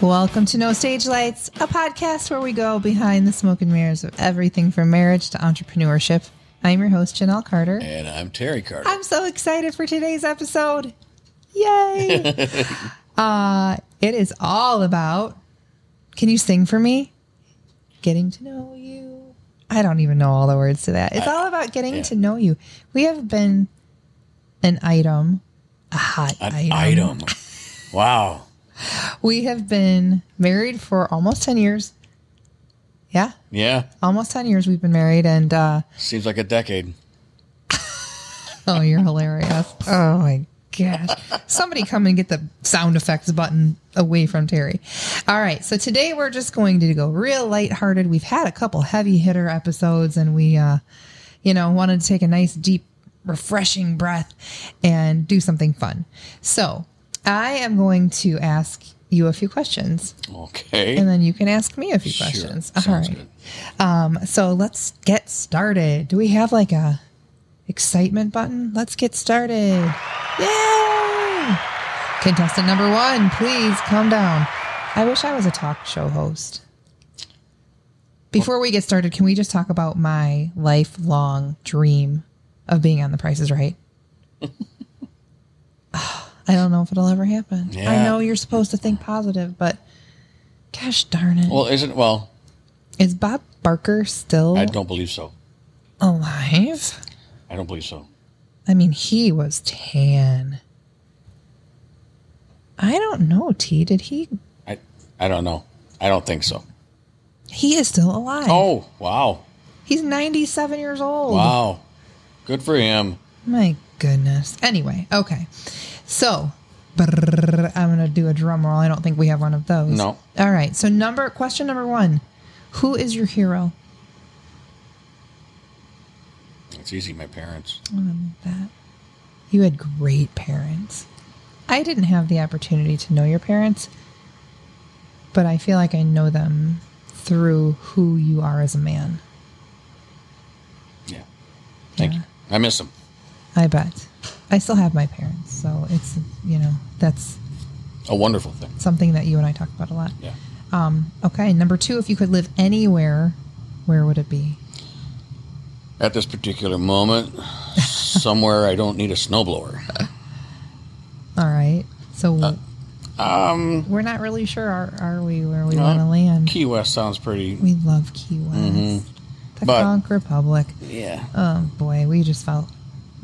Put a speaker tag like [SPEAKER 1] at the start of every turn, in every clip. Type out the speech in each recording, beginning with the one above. [SPEAKER 1] Welcome to No Stage Lights, a podcast where we go behind the smoke and mirrors of everything from marriage to entrepreneurship. I'm your host, Janelle Carter.
[SPEAKER 2] And I'm Terry Carter.
[SPEAKER 1] I'm so excited for today's episode. Yay! uh, it is all about can you sing for me? Getting to know you. I don't even know all the words to that. It's all about getting
[SPEAKER 2] yeah.
[SPEAKER 1] to know you. We have been an item, a hot
[SPEAKER 2] An item. Wow.
[SPEAKER 1] We have been married for almost 10 years. Yeah,
[SPEAKER 2] Yeah.
[SPEAKER 1] almost 10 years we've been married. And uh,
[SPEAKER 2] Seems like a decade.
[SPEAKER 1] oh, you're hilarious. Oh my gosh. Somebody come and get the sound effects button away from Terry. All right. So today we're just going to go real lighthearted. We've had a couple heavy hitter episodes and we, uh, you know, wanted to take a nice, deep, refreshing breath and do something fun. So I am going to ask you a few questions.
[SPEAKER 2] Okay.
[SPEAKER 1] and then you can ask me a few
[SPEAKER 2] Sure.
[SPEAKER 1] questions. All
[SPEAKER 2] Sounds
[SPEAKER 1] right.
[SPEAKER 2] good.
[SPEAKER 1] Um, so let's get started. Do we have like a excitement button? Let's get started. Yay! Contestant number one, please calm down. I wish I was a talk show host. Before we get started, can we just talk about my lifelong dream of being on The Price is Right? I don't know if it'll ever happen. I
[SPEAKER 2] Yeah.
[SPEAKER 1] know you're supposed to think positive, but gosh darn it.
[SPEAKER 2] Well, isn't, well,
[SPEAKER 1] Is Bob Barker still
[SPEAKER 2] I don't believe so.
[SPEAKER 1] alive?
[SPEAKER 2] I don't believe so.
[SPEAKER 1] I mean, he was tan. I don't know, T. Did he?
[SPEAKER 2] I, I don't know. I don't think so.
[SPEAKER 1] He is still alive.
[SPEAKER 2] Oh, wow.
[SPEAKER 1] He's 97 years old.
[SPEAKER 2] Wow. Good for him.
[SPEAKER 1] My goodness. Anyway, okay. So, brrr, I'm going to do a drum roll. I don't think we have one of those.
[SPEAKER 2] No.
[SPEAKER 1] All right. So, number question number one Who is your hero?
[SPEAKER 2] It's easy, my parents.
[SPEAKER 1] I love that. You had great parents. I didn't have the opportunity to know your parents, but I feel like I know them through who you are as a man.
[SPEAKER 2] Yeah. Thank you. I miss them.
[SPEAKER 1] I bet. I still have my parents, so it's, you know, that's
[SPEAKER 2] A wonderful thing.
[SPEAKER 1] something that you and I talk about a lot.
[SPEAKER 2] Yeah.
[SPEAKER 1] Um, okay, number two, if you could live anywhere, where would it be?
[SPEAKER 2] At this particular moment, somewhere I don't need a snowblower.
[SPEAKER 1] All right. So we're not really sure, are, are we, where we want to land?
[SPEAKER 2] Key West sounds pretty.
[SPEAKER 1] We love Key West, the
[SPEAKER 2] Mm-hmm. But-
[SPEAKER 1] Conch Republic.
[SPEAKER 2] Yeah.
[SPEAKER 1] Oh boy, we just fell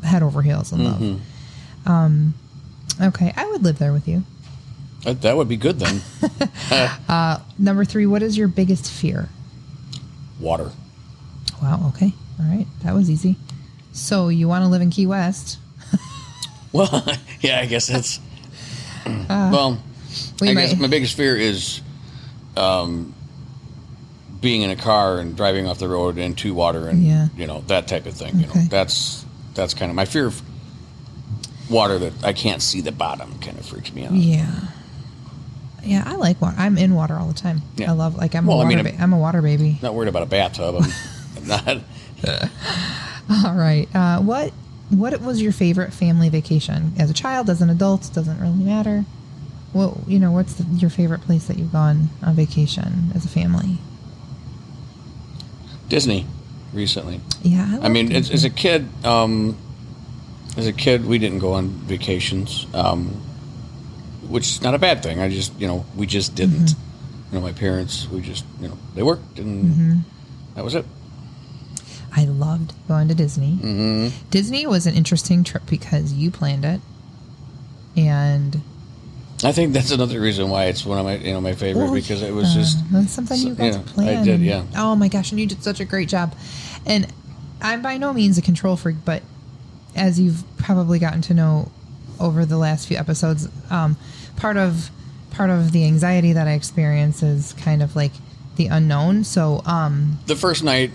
[SPEAKER 1] head over heels in love.
[SPEAKER 2] Mm-hmm.
[SPEAKER 1] Um, okay, I would live there with you.
[SPEAKER 2] That, that would be good then.
[SPEAKER 1] Number three, what is your biggest fear?
[SPEAKER 2] Water.
[SPEAKER 1] Wow. Okay. All right. That was easy. So you want to live in Key West?
[SPEAKER 2] Well, yeah, I guess that's. well,
[SPEAKER 1] Uh, we
[SPEAKER 2] I guess
[SPEAKER 1] might-
[SPEAKER 2] my biggest fear is um, being in a car and driving off the road into water and
[SPEAKER 1] Yeah.
[SPEAKER 2] you know that type of thing. You know,
[SPEAKER 1] Okay.
[SPEAKER 2] that's that's kind of my fear of water that I can't see the bottom. Kind of freaks me out.
[SPEAKER 1] Yeah. Yeah, I like water. I'm in water all the time.
[SPEAKER 2] Yeah.
[SPEAKER 1] I love like I'm
[SPEAKER 2] Well,
[SPEAKER 1] a
[SPEAKER 2] I
[SPEAKER 1] water.
[SPEAKER 2] mean,
[SPEAKER 1] ba- I'm a water baby.
[SPEAKER 2] Not worried about a bathtub. I'm, I'm not.
[SPEAKER 1] All right. Uh, what What was your favorite family vacation as a child, as an adult? Doesn't really matter. Well, you know, what's the, your favorite place that you've gone on vacation as a family?
[SPEAKER 2] Disney recently.
[SPEAKER 1] Yeah,
[SPEAKER 2] I mean,
[SPEAKER 1] loved
[SPEAKER 2] as, as a kid, um, as a kid, we didn't go on vacations, um, which is not a bad thing. I just, you know, we just didn't. You know, my parents, we just, you know, they worked and that was it.
[SPEAKER 1] I loved going to Disney.
[SPEAKER 2] Mm-hmm.
[SPEAKER 1] Disney was an interesting trip because you planned it, and
[SPEAKER 2] I think that's another reason why it's one of my, you know, my favorite
[SPEAKER 1] Oh,
[SPEAKER 2] because it was
[SPEAKER 1] yeah.
[SPEAKER 2] just,
[SPEAKER 1] that's something
[SPEAKER 2] so-
[SPEAKER 1] you got
[SPEAKER 2] yeah,
[SPEAKER 1] to
[SPEAKER 2] I
[SPEAKER 1] plan.
[SPEAKER 2] did, yeah.
[SPEAKER 1] Oh my gosh, and you did such a great job. And I'm by no means a control freak, but as you've probably gotten to know over the last few episodes, um, part of part of the anxiety that I experience is kind of like the unknown. So, um,
[SPEAKER 2] the first night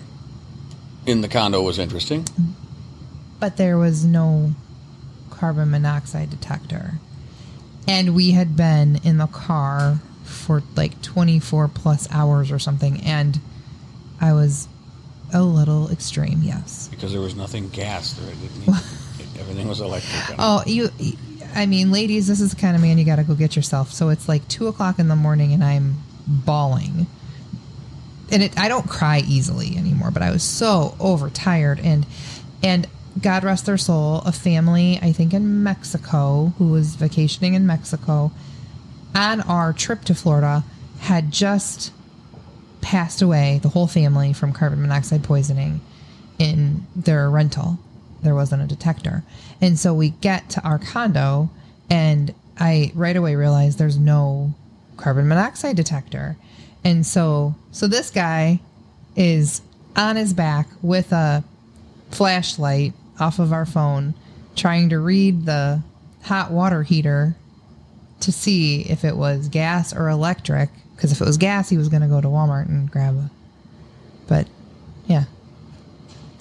[SPEAKER 2] in the condo was interesting.
[SPEAKER 1] but there was no carbon monoxide detector. And we had been in the car for like 24 plus hours or something. And I was a little extreme, yes.
[SPEAKER 2] Because there was nothing gas there. It didn't, everything was electric.
[SPEAKER 1] Oh, you, I mean, ladies, this is the kind of man you got to go get yourself. So it's like two o'clock in the morning, and I'm bawling. And it, I don't cry easily anymore, but I was so overtired and and God rest their soul, a family I think in Mexico who was vacationing in Mexico on our trip to Florida had just passed away, the whole family from carbon monoxide poisoning in their rental. There wasn't a detector. And so we get to our condo and I right away realized there's no carbon monoxide detector. And so so this guy is on his back with a flashlight off of our phone trying to read the hot water heater to see if it was gas or electric because if it was gas he was going to go to walmart and grab a but yeah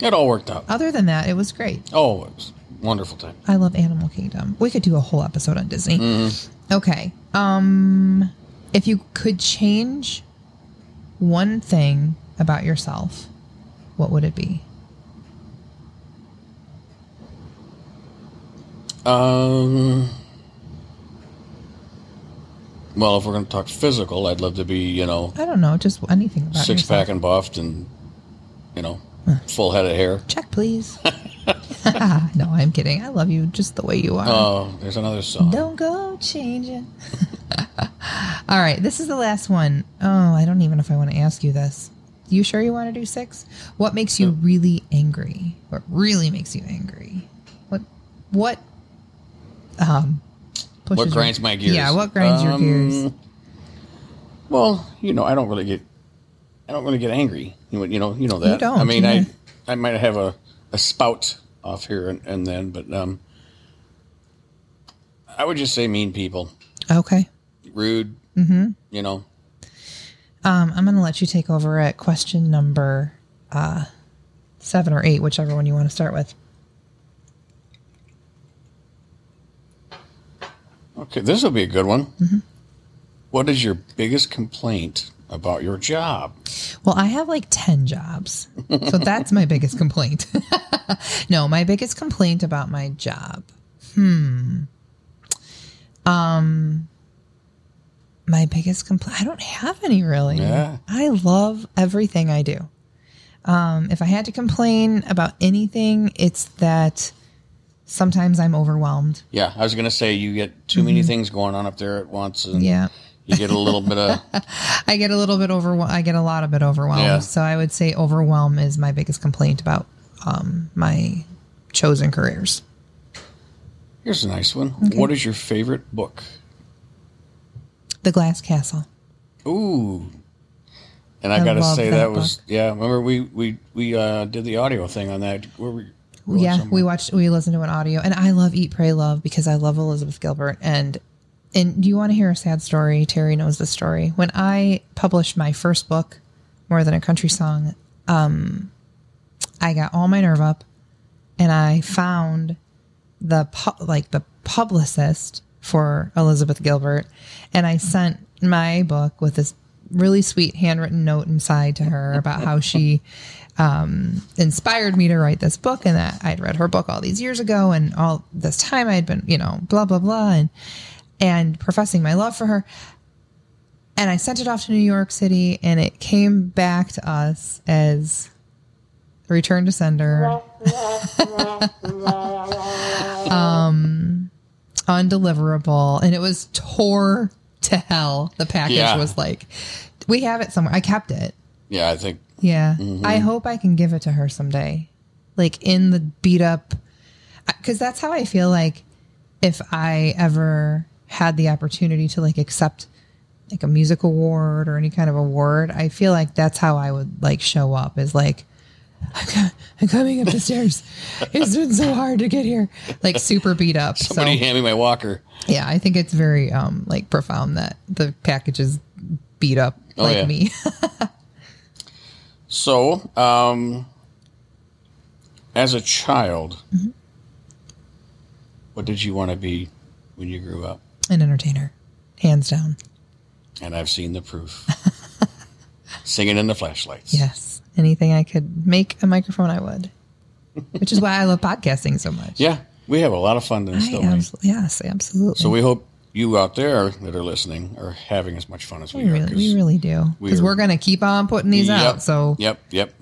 [SPEAKER 2] It all worked out.
[SPEAKER 1] other than that it was great
[SPEAKER 2] Oh, it was a wonderful time.
[SPEAKER 1] i love animal kingdom we could do a whole episode on disney
[SPEAKER 2] Mm-hmm.
[SPEAKER 1] okay um if you could change one thing about yourself what would it be
[SPEAKER 2] Um, well, if we're going to talk physical, I'd love to be, you know,
[SPEAKER 1] i don't know just anything about
[SPEAKER 2] six
[SPEAKER 1] yourself.
[SPEAKER 2] pack and buffed and, you know, full head of hair.
[SPEAKER 1] check please no i'm kidding i love you just the way you are
[SPEAKER 2] Oh, there's another song.
[SPEAKER 1] don't go changing all right this is the last one. Oh, i don't even know if i want to ask you this you sure you want to do six what makes you really angry what really makes you angry what what um pushes
[SPEAKER 2] What
[SPEAKER 1] your-
[SPEAKER 2] grinds my gears?
[SPEAKER 1] yeah what grinds your
[SPEAKER 2] Um,
[SPEAKER 1] gears
[SPEAKER 2] Well, you know, I don't really get, I don't really get angry. You know, you know, you know that.
[SPEAKER 1] don't,
[SPEAKER 2] I mean,
[SPEAKER 1] yeah.
[SPEAKER 2] I, I might have a, a spout off here and, and then, but um, I would just say mean people,
[SPEAKER 1] okay
[SPEAKER 2] rude. Mm-hmm. You know,
[SPEAKER 1] um i'm gonna let you take over at question number uh seven or eight whichever one you want to start with
[SPEAKER 2] Okay, this will be a good one.
[SPEAKER 1] Mm-hmm.
[SPEAKER 2] What is your biggest complaint about your job?
[SPEAKER 1] Well, I have like 10 jobs. So that's my biggest complaint. no, my biggest complaint about my job. Hmm. Um my biggest complaint I don't have any really.
[SPEAKER 2] Yeah.
[SPEAKER 1] I love everything I do. Um if I had to complain about anything, it's that sometimes I'm overwhelmed.
[SPEAKER 2] Yeah, I was going to say you get too many things going on up there at once, and
[SPEAKER 1] Mm-hmm. Yeah.
[SPEAKER 2] you get a little bit of
[SPEAKER 1] I get a little bit overwhelmed. I get a lot of bit overwhelmed.
[SPEAKER 2] Yeah.
[SPEAKER 1] So I would say overwhelm is my biggest complaint about um, my chosen careers.
[SPEAKER 2] here's a nice one. What is your favorite book?
[SPEAKER 1] The Glass Castle.
[SPEAKER 2] Ooh, and I,
[SPEAKER 1] I
[SPEAKER 2] gotta
[SPEAKER 1] love
[SPEAKER 2] say
[SPEAKER 1] that
[SPEAKER 2] that, was yeah. Remember we we we uh, did the audio thing on that where we wrote
[SPEAKER 1] yeah,
[SPEAKER 2] some-
[SPEAKER 1] we watched, we listened to an audio, and I love Eat, Pray, Love because I love Elizabeth Gilbert. And and do you want to hear a sad story? Terry knows the story. When I published my first book, More Than a Country Song, um, I got all my nerve up, and I found the pu- like the publicist for Elizabeth Gilbert, and I sent my book with this really sweet handwritten note inside to her about how she um, inspired me to write this book and that I'd read her book all these years ago and all this time I'd been you know blah blah blah and and professing my love for her. And I sent it off to New York City, and it came back to us as return to sender. Um, undeliverable and it was tore to hell the package
[SPEAKER 2] Yeah.
[SPEAKER 1] was like we have it somewhere i kept it
[SPEAKER 2] yeah. I think
[SPEAKER 1] yeah i
[SPEAKER 2] Mm-hmm.
[SPEAKER 1] hope i can give it to her someday like in the beat up because that's how i feel like if i ever had the opportunity to like accept like a music award or any kind of award i feel like that's how i would like show up is like I'm, co- I'm coming up the stairs. It's been so hard to get here. Like super beat up.
[SPEAKER 2] somebody
[SPEAKER 1] so.
[SPEAKER 2] hand me my walker.
[SPEAKER 1] Yeah, I think it's very um like profound that the package is beat up
[SPEAKER 2] Oh,
[SPEAKER 1] like
[SPEAKER 2] yeah.
[SPEAKER 1] me.
[SPEAKER 2] So, um, as a child,
[SPEAKER 1] Mm-hmm.
[SPEAKER 2] what did you want to be when you grew up?
[SPEAKER 1] An entertainer, hands down.
[SPEAKER 2] And I've seen the proof. Singing in the flashlights.
[SPEAKER 1] Yes. Anything I could make a microphone I would. Which is why I love podcasting so much.
[SPEAKER 2] Yeah. We have a lot of fun in this,
[SPEAKER 1] I
[SPEAKER 2] don't we?
[SPEAKER 1] abso- yes, absolutely.
[SPEAKER 2] So we hope you out there that are listening are having as much fun as we,
[SPEAKER 1] we
[SPEAKER 2] are.
[SPEAKER 1] really,
[SPEAKER 2] 'cause-
[SPEAKER 1] we really do
[SPEAKER 2] we
[SPEAKER 1] because
[SPEAKER 2] are-
[SPEAKER 1] we're going to keep on putting these
[SPEAKER 2] Yep,
[SPEAKER 1] out. So
[SPEAKER 2] Yep, yep.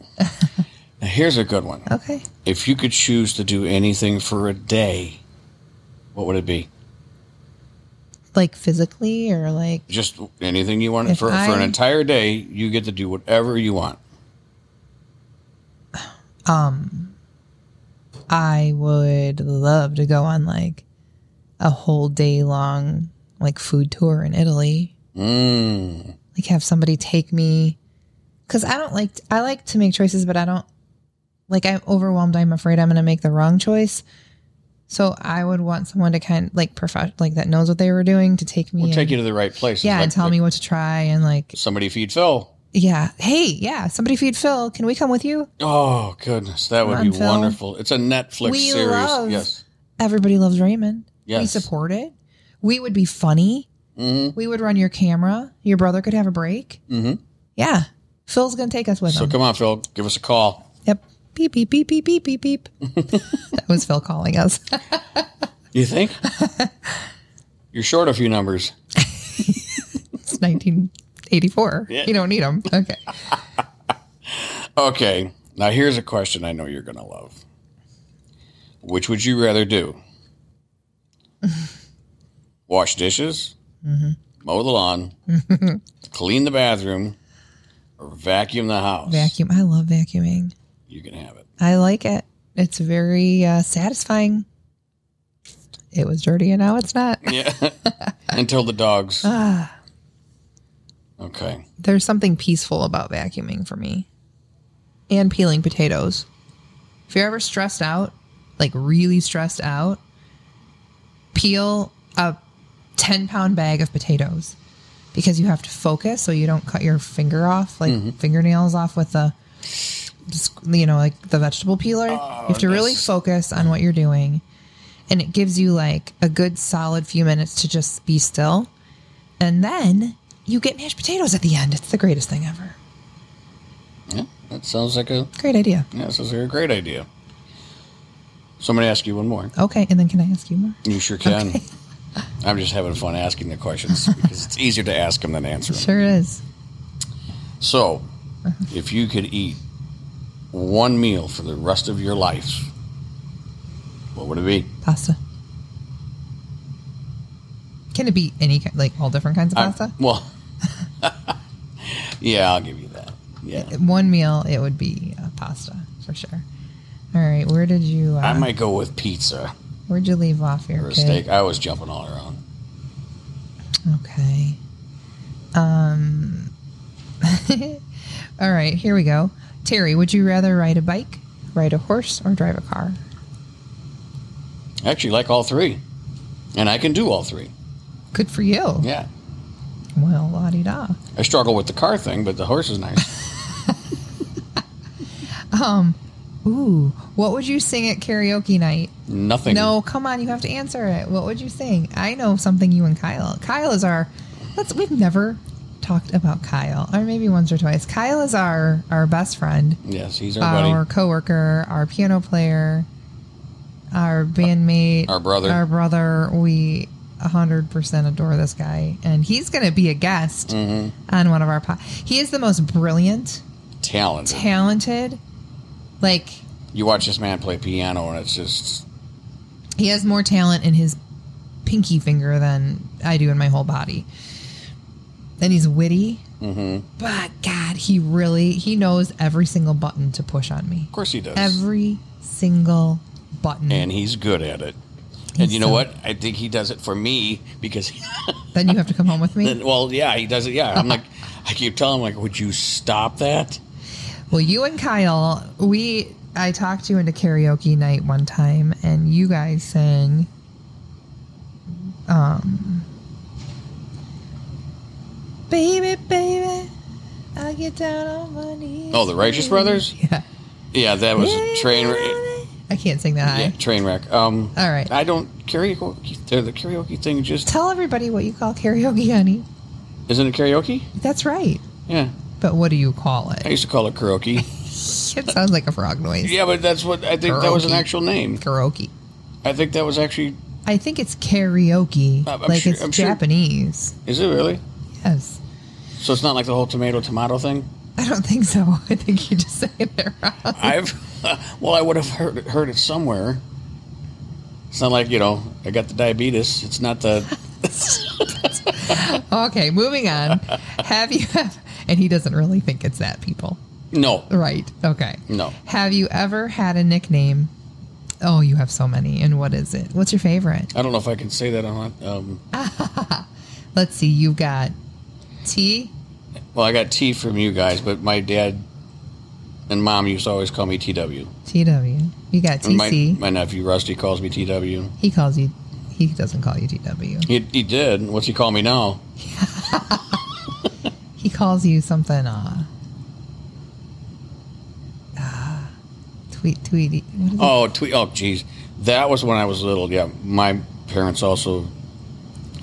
[SPEAKER 2] now here's a good one.
[SPEAKER 1] okay,
[SPEAKER 2] If you could choose to do anything for a day, what would it be?
[SPEAKER 1] like physically or like
[SPEAKER 2] Just anything you want
[SPEAKER 1] If
[SPEAKER 2] for, for
[SPEAKER 1] I-
[SPEAKER 2] an entire day. You get to do whatever you want.
[SPEAKER 1] I would love to go on like a whole day long like food tour in Italy.
[SPEAKER 2] Mm,
[SPEAKER 1] Like have somebody take me cuz I don't like I like to make choices but I don't like I'm overwhelmed. I'm afraid I'm going to make the wrong choice. So I would want someone to kind like professional like that knows what they were doing to take me
[SPEAKER 2] we'll
[SPEAKER 1] and,
[SPEAKER 2] take you to the right place.
[SPEAKER 1] yeah, and tell me what to try and like
[SPEAKER 2] somebody feed Phil.
[SPEAKER 1] yeah, hey, yeah, somebody feed Phil. Can we come with you?
[SPEAKER 2] Oh goodness, that would
[SPEAKER 1] Come
[SPEAKER 2] be
[SPEAKER 1] on, Phil.
[SPEAKER 2] wonderful. It's a Netflix
[SPEAKER 1] We
[SPEAKER 2] series.
[SPEAKER 1] love-
[SPEAKER 2] Yes.
[SPEAKER 1] Everybody loves Raymond. We
[SPEAKER 2] Yes.
[SPEAKER 1] support it. We would be funny.
[SPEAKER 2] Mm-hmm.
[SPEAKER 1] We would run your camera. Your brother could have a break.
[SPEAKER 2] Mhm.
[SPEAKER 1] Yeah. Phil's going to take us with
[SPEAKER 2] So
[SPEAKER 1] him.
[SPEAKER 2] come on, Phil, give us a call.
[SPEAKER 1] Yep. Beep, beep, beep, beep, beep, beep, beep. that was Phil calling us.
[SPEAKER 2] You think? You're short a few numbers.
[SPEAKER 1] It's 1984.
[SPEAKER 2] Yeah.
[SPEAKER 1] You don't need him. Okay.
[SPEAKER 2] Okay, now here's a question I know you're going to love. Which would you rather do? Wash dishes, mow the lawn, clean the bathroom, or vacuum the house?
[SPEAKER 1] Vacuum. I love vacuuming.
[SPEAKER 2] You can have it.
[SPEAKER 1] I like it. It's very uh, satisfying. It was dirty and now it's not.
[SPEAKER 2] Yeah. Until the dogs. Okay.
[SPEAKER 1] There's something peaceful about vacuuming for me and peeling potatoes. If you're ever stressed out, like really stressed out, peel a 10 pound bag of potatoes because you have to focus so you don't cut your finger off, like fingernails off with the, you know, like the vegetable peeler. you have to really
[SPEAKER 2] that's-
[SPEAKER 1] focus on what you're doing. And it gives you like a good solid few minutes to just be still. And then you get mashed potatoes at the end. It's the greatest thing ever.
[SPEAKER 2] Yeah, that sounds like a,
[SPEAKER 1] Great idea.
[SPEAKER 2] yeah, that sounds like a great idea. So I'm going to ask you one more.
[SPEAKER 1] Okay, and then can I ask you more?
[SPEAKER 2] You sure can. I'm just having fun asking the questions because it's easier to ask them than answer them.
[SPEAKER 1] Sure Uh-huh. is.
[SPEAKER 2] So, if you could eat one meal for the rest of your life, what would it be?
[SPEAKER 1] Pasta. Can it be any kind, like all different kinds of
[SPEAKER 2] I-
[SPEAKER 1] pasta?
[SPEAKER 2] well, yeah, I'll give you that. Yeah.
[SPEAKER 1] One meal, it would be uh, pasta for sure. All right, where did you uh,
[SPEAKER 2] I might go with pizza
[SPEAKER 1] where'd you leave off here?
[SPEAKER 2] or a
[SPEAKER 1] kid?
[SPEAKER 2] steak. I was jumping all around.
[SPEAKER 1] Okay. Um. all right, here we go. Terry, would you rather ride a bike, ride a horse, or drive a car?
[SPEAKER 2] I actually like all three. And I can do all three.
[SPEAKER 1] Good for you.
[SPEAKER 2] Yeah.
[SPEAKER 1] Well, la di da.
[SPEAKER 2] I struggle with the car thing, but the horse is nice.
[SPEAKER 1] Ooh, what would you sing at karaoke night?
[SPEAKER 2] Nothing.
[SPEAKER 1] No, come on, you have to answer it. What would you sing? I know something you and Kyle. Kyle is our let's we've never talked about Kyle. Or maybe once or twice. Kyle is our our best friend,
[SPEAKER 2] Yes, he's our buddy.
[SPEAKER 1] our coworker, our piano player, our bandmate,
[SPEAKER 2] Our brother.
[SPEAKER 1] Our brother. We 100% adore this guy and he's going to be a guest
[SPEAKER 2] Mm-hmm.
[SPEAKER 1] on one of our po- He is the most brilliant,
[SPEAKER 2] Talented.
[SPEAKER 1] talented like
[SPEAKER 2] you watch this man play piano, and it's just
[SPEAKER 1] He has more talent in his pinky finger than I do in my whole body. And he's witty. Mm-hmm. But God, he really he knows every single button to push on me.
[SPEAKER 2] Of course he does.
[SPEAKER 1] Every single button.
[SPEAKER 2] and he's good at it.
[SPEAKER 1] He's
[SPEAKER 2] and you know
[SPEAKER 1] so-
[SPEAKER 2] what? I think he does it for me because,
[SPEAKER 1] then you have to come home with me.
[SPEAKER 2] well, yeah, he does it. Yeah, I'm like, I keep telling him, like, would you stop that?
[SPEAKER 1] Well, you and Kyle, we I talked you into karaoke night one time, and you guys sang. Um, baby, baby, I get down on my knees.
[SPEAKER 2] Oh, the Righteous Brothers?
[SPEAKER 1] Yeah,
[SPEAKER 2] Yeah, that was a train wreck.
[SPEAKER 1] I can't sing that high.
[SPEAKER 2] Yeah, train wreck. Um,
[SPEAKER 1] All right.
[SPEAKER 2] I don't karaoke. The the karaoke thing just
[SPEAKER 1] Tell everybody what you call karaoke, honey.
[SPEAKER 2] isn't it karaoke?
[SPEAKER 1] That's right.
[SPEAKER 2] Yeah,
[SPEAKER 1] But what do you call
[SPEAKER 2] I
[SPEAKER 1] it?
[SPEAKER 2] used to call it karaoke.
[SPEAKER 1] It sounds like a frog noise.
[SPEAKER 2] yeah, but that's what I think that was an
[SPEAKER 1] Karaoke.
[SPEAKER 2] actual name.
[SPEAKER 1] Karaoke.
[SPEAKER 2] I think that was actually.
[SPEAKER 1] I think it's karaoke.
[SPEAKER 2] I'm
[SPEAKER 1] like
[SPEAKER 2] sure-
[SPEAKER 1] it's
[SPEAKER 2] I'm sure-
[SPEAKER 1] Japanese.
[SPEAKER 2] Is it really?
[SPEAKER 1] Yes.
[SPEAKER 2] So it's not like the whole tomato tomato thing.
[SPEAKER 1] I don't think so. I think you just say it wrong.
[SPEAKER 2] I've well, I would have heard it, heard it somewhere. It's not like you know I got the diabetes. It's not the
[SPEAKER 1] Okay, moving on. Have you and he doesn't really think it's that people.
[SPEAKER 2] no
[SPEAKER 1] Right. Okay.
[SPEAKER 2] no.
[SPEAKER 1] Have you ever had a nickname? Oh, you have so many. And what is it? What's your favorite?
[SPEAKER 2] I don't know if I can say that on. Um,
[SPEAKER 1] Let's see. You've got T.
[SPEAKER 2] well, I got T from you guys, but my dad and mom used to always call me TW.
[SPEAKER 1] T W. You got
[SPEAKER 2] And My,
[SPEAKER 1] TC.
[SPEAKER 2] my nephew Rusty calls me TW.
[SPEAKER 1] He calls you. He doesn't call you TW.
[SPEAKER 2] He, he did. What's he call me now?
[SPEAKER 1] He calls you something. Uh, ah, tweet, tweet. What is it?
[SPEAKER 2] Oh, tweet. Oh, geez, that was when I was little. Yeah, my parents also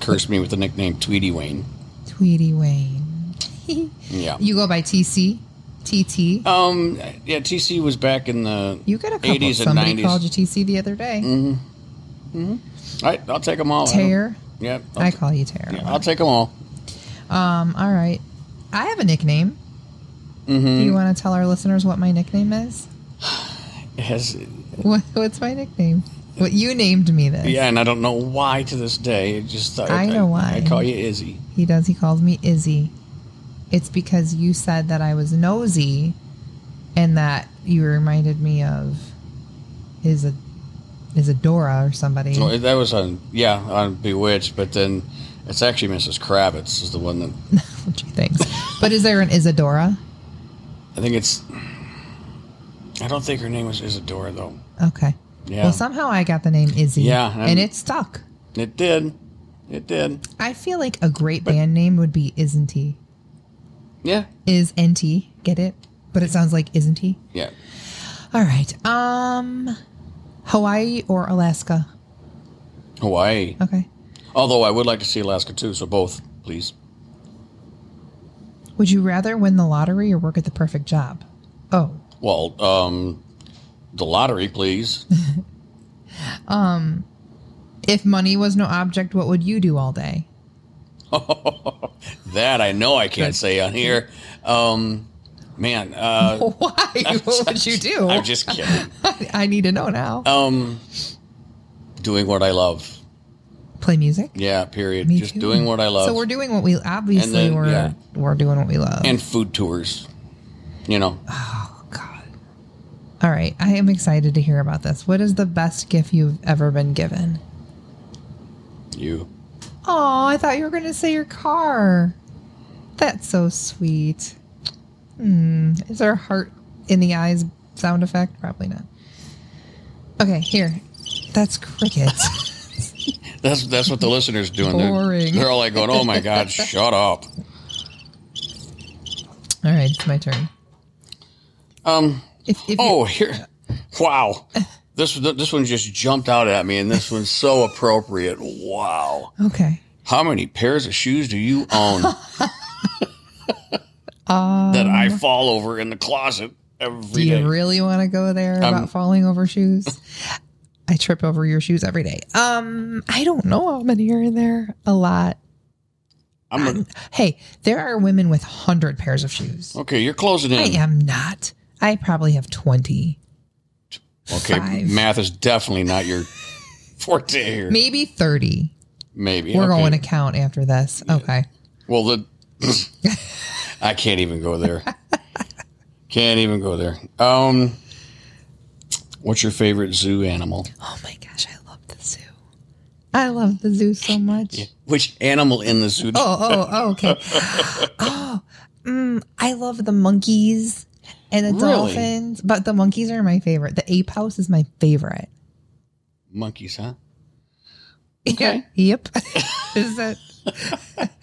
[SPEAKER 2] cursed me with the nickname Tweety Wayne.
[SPEAKER 1] Tweety Wayne.
[SPEAKER 2] Yeah.
[SPEAKER 1] You go by TC, TT.
[SPEAKER 2] Um. Yeah. TC was back in the.
[SPEAKER 1] You got a couple.
[SPEAKER 2] 80s and
[SPEAKER 1] Somebody
[SPEAKER 2] 90s.
[SPEAKER 1] called you TC the other day.
[SPEAKER 2] All right. I'll take them all. I don't-
[SPEAKER 1] Tear.
[SPEAKER 2] Yeah. I'll,
[SPEAKER 1] I call you Tear.
[SPEAKER 2] yeah, I'll take them all.
[SPEAKER 1] Um. All right. I have a nickname.
[SPEAKER 2] Mm-hmm.
[SPEAKER 1] Do you want to tell our listeners what my nickname is?
[SPEAKER 2] It has-
[SPEAKER 1] What, what's my nickname? What you named me this?
[SPEAKER 2] yeah, and I don't know why to this day. It just
[SPEAKER 1] I know why.
[SPEAKER 2] I call you Izzy.
[SPEAKER 1] He does. He calls me Izzy. It's because you said that I was nosy, and that you reminded me of is a is a Dora or somebody.
[SPEAKER 2] Well, that was on yeah on Bewitched, but then it's actually Mrs. Kravitz is the one that
[SPEAKER 1] Gee, thanks. But is there an Isadora?
[SPEAKER 2] I think it's. I don't think her name was Isadora though.
[SPEAKER 1] Okay.
[SPEAKER 2] Yeah.
[SPEAKER 1] Well, somehow I got the name Izzy.
[SPEAKER 2] Yeah, I'm-
[SPEAKER 1] and it stuck.
[SPEAKER 2] It did. It did.
[SPEAKER 1] I feel like a great band name would be Isn't He?
[SPEAKER 2] Yeah.
[SPEAKER 1] Is NT. Get it? But it sounds like Isn't He?
[SPEAKER 2] Yeah.
[SPEAKER 1] All right. Um, Hawaii or Alaska?
[SPEAKER 2] Hawaii.
[SPEAKER 1] Okay.
[SPEAKER 2] Although I would like to see Alaska too, so both, please.
[SPEAKER 1] Would you rather win the lottery or work at the perfect job? Oh,
[SPEAKER 2] Well, um, the lottery, please.
[SPEAKER 1] if money was no object, what would you do all day?
[SPEAKER 2] that I know I can't say on here. Um, man, uh,
[SPEAKER 1] Why? what would you do?
[SPEAKER 2] I'm just kidding.
[SPEAKER 1] I need to know now.
[SPEAKER 2] Um, doing what I love.
[SPEAKER 1] Play music.
[SPEAKER 2] Yeah, period.
[SPEAKER 1] Me
[SPEAKER 2] just
[SPEAKER 1] too.
[SPEAKER 2] doing what I love.
[SPEAKER 1] So we're doing what we obviously
[SPEAKER 2] then,
[SPEAKER 1] we're
[SPEAKER 2] yeah.
[SPEAKER 1] we're doing what we love.
[SPEAKER 2] and food tours. You know,
[SPEAKER 1] oh God! All right, I am excited to hear about this. What is the best gift you've ever been given?
[SPEAKER 2] you.
[SPEAKER 1] Oh, I thought you were going to say your car. That's so sweet. Hmm. Is there a heart in the eyes sound effect? Probably not. Okay, here. That's crickets.
[SPEAKER 2] That's that's what the listeners are doing. They're-
[SPEAKER 1] Boring.
[SPEAKER 2] They're, all like going, "Oh my god, shut up."
[SPEAKER 1] All right, it's my turn.
[SPEAKER 2] Um.
[SPEAKER 1] If, if
[SPEAKER 2] Oh, here. Wow. This this one just jumped out at me, and this one's so appropriate. Wow.
[SPEAKER 1] you, okay.
[SPEAKER 2] How many pairs of shoes do you own?
[SPEAKER 1] Uh,
[SPEAKER 2] that I fall over in the closet
[SPEAKER 1] Mm-hmm. Do
[SPEAKER 2] every
[SPEAKER 1] you
[SPEAKER 2] day. Um,
[SPEAKER 1] really want to go there about falling over shoes? I trip over your shoes every day. Um, I don't know how many are in there. A lot.
[SPEAKER 2] I'm a-
[SPEAKER 1] Hey, there are women with hundred pairs of shoes.
[SPEAKER 2] okay, you're closing
[SPEAKER 1] I
[SPEAKER 2] in.
[SPEAKER 1] am not. I probably have twenty,
[SPEAKER 2] okay,
[SPEAKER 1] five.
[SPEAKER 2] math is definitely not your forte here.
[SPEAKER 1] maybe thirty.
[SPEAKER 2] Maybe
[SPEAKER 1] We're
[SPEAKER 2] okay.
[SPEAKER 1] going to count after this. Okay.
[SPEAKER 2] Well, the I can't even go there. can't even go there. Um, what's your favorite zoo animal?
[SPEAKER 1] Oh my gosh, I love the zoo. I love the zoo so much.
[SPEAKER 2] Which animal in the zoo?
[SPEAKER 1] Oh, oh, oh, okay. oh, mm, I love the monkeys and the
[SPEAKER 2] Really?
[SPEAKER 1] dolphins, but the monkeys are my favorite. The ape house is my favorite.
[SPEAKER 2] Monkeys, huh?
[SPEAKER 1] Okay. yep. is that?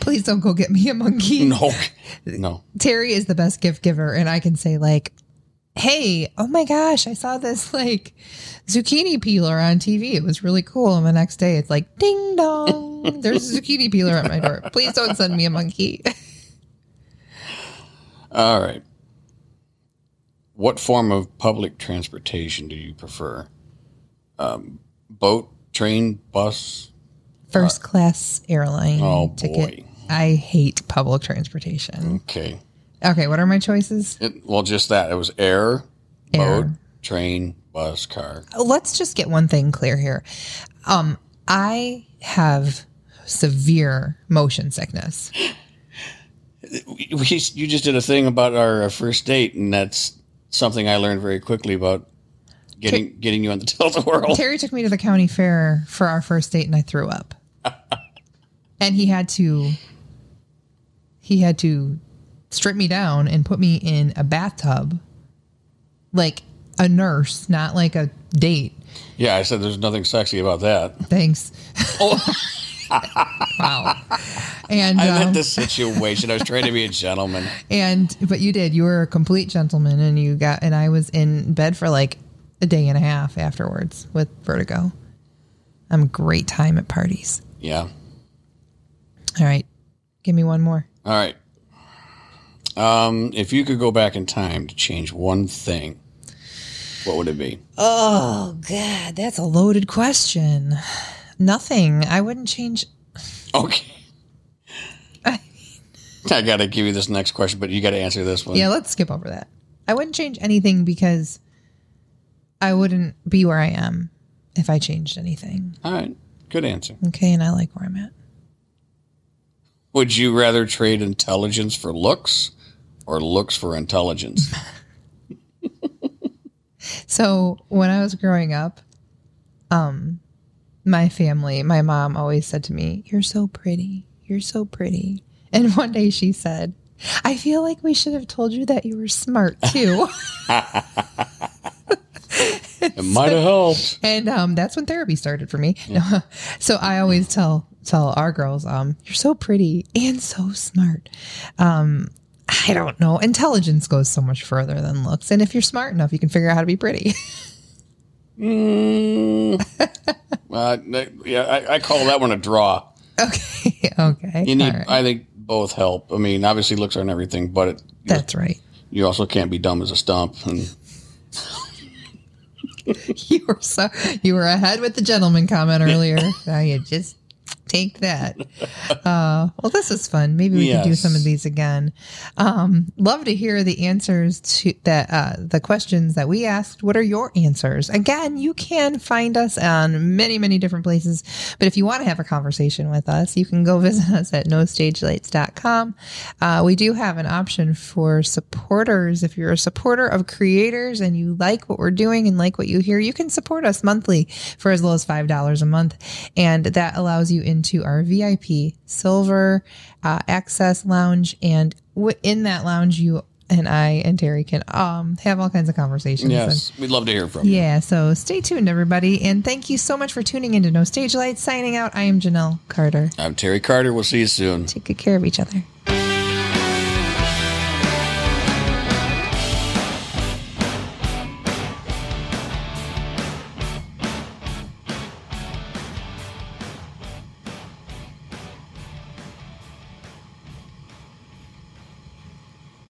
[SPEAKER 1] Please don't go get me a monkey.
[SPEAKER 2] No, no.
[SPEAKER 1] Terry is the best gift giver, and I can say like, "Hey, oh my gosh, I saw this like zucchini peeler on TV. It was really cool." And the next day, it's like, "Ding dong, there's a zucchini peeler at my door. Please don't send me a monkey."
[SPEAKER 2] All right. What form of public transportation do you prefer? Um, boat, train, bus.
[SPEAKER 1] First class airline
[SPEAKER 2] Oh,
[SPEAKER 1] ticket.
[SPEAKER 2] boy. Mm-hmm.
[SPEAKER 1] I hate public transportation.
[SPEAKER 2] Okay.
[SPEAKER 1] Okay, what are my choices?
[SPEAKER 2] It, well, just that. It was air,
[SPEAKER 1] Air. Oh,
[SPEAKER 2] boat, train, bus, car.
[SPEAKER 1] Let's just get one thing clear here. Um, I have severe motion sickness.
[SPEAKER 2] We, we- you just did a thing about our, uh first date, and that's something I learned very quickly about getting getting you on the tilt world.
[SPEAKER 1] Terry took me to the county fair for our first date and I threw up. and he had to he had to strip me down and put me in a bathtub like a nurse, not like a date.
[SPEAKER 2] Yeah, I said there's nothing sexy about that.
[SPEAKER 1] Thanks.
[SPEAKER 2] Oh.
[SPEAKER 1] wow. And
[SPEAKER 2] I
[SPEAKER 1] um,
[SPEAKER 2] meant the situation. I was trying to be a gentleman.
[SPEAKER 1] and but you did. You were a complete gentleman, and you got. And I was in bed for like a day and a half afterwards with vertigo. I'm a great time at parties.
[SPEAKER 2] Yeah.
[SPEAKER 1] All right, give me one more.
[SPEAKER 2] All right. Um, if you could go back in time to change one thing, what would it be?
[SPEAKER 1] Oh God, that's a loaded question. Nothing. I wouldn't change.
[SPEAKER 2] Okay. I got to give you this next question, but you got to answer this one.
[SPEAKER 1] Yeah, let's skip over that. I wouldn't change anything because I wouldn't be where I am if I changed anything.
[SPEAKER 2] All right. Good answer.
[SPEAKER 1] Okay, and I like where I'm at.
[SPEAKER 2] Would you rather trade intelligence for looks or looks for intelligence?
[SPEAKER 1] So when I was growing up, um, my family, my mom always said to me, "You're so pretty. You're so pretty." And one day she said, "I feel like we should have told you that you were smart too."
[SPEAKER 2] it might have helped.
[SPEAKER 1] and um, that's when therapy started for me. No. so I always tell tell our girls, um, "You're so pretty and so smart." Um, I don't know. Intelligence goes so much further than looks, and if you're smart enough, you can figure out how to be pretty.
[SPEAKER 2] Mm. Uh, n- yeah, I, I call that one a draw.
[SPEAKER 1] okay, okay,
[SPEAKER 2] You need,
[SPEAKER 1] All right.
[SPEAKER 2] I think, both help. I mean, obviously, looks aren't everything, but it, you,
[SPEAKER 1] that's right.
[SPEAKER 2] you also can't be dumb as a stump. And
[SPEAKER 1] you were so you were ahead with the gentleman comment earlier. now you just take that. Uh, well, this is fun. Maybe we can do
[SPEAKER 2] Yes.
[SPEAKER 1] some of these again. Um, love to hear the answers to that uh, the questions that we asked. What are your answers? Again, you can find us on many many different places. But if you want to have a conversation with us, you can go visit us at nostagelights.com. Uh, we do have an option for supporters. If you're a supporter of creators and you like what we're doing and like what you hear, you can support us monthly for as low as $5 a month. And that allows you into our VIP silver uh, access lounge. And w- in that lounge, you and I and Terry can um, have all kinds of conversations. And-
[SPEAKER 2] yes, we'd love to hear from you.
[SPEAKER 1] yeah, so stay tuned, everybody. And thank you so much for tuning into No Stage Lights. Signing out, I am Janelle Carter.
[SPEAKER 2] I'm Terry Carter. We'll see you soon.
[SPEAKER 1] Take good care of each other.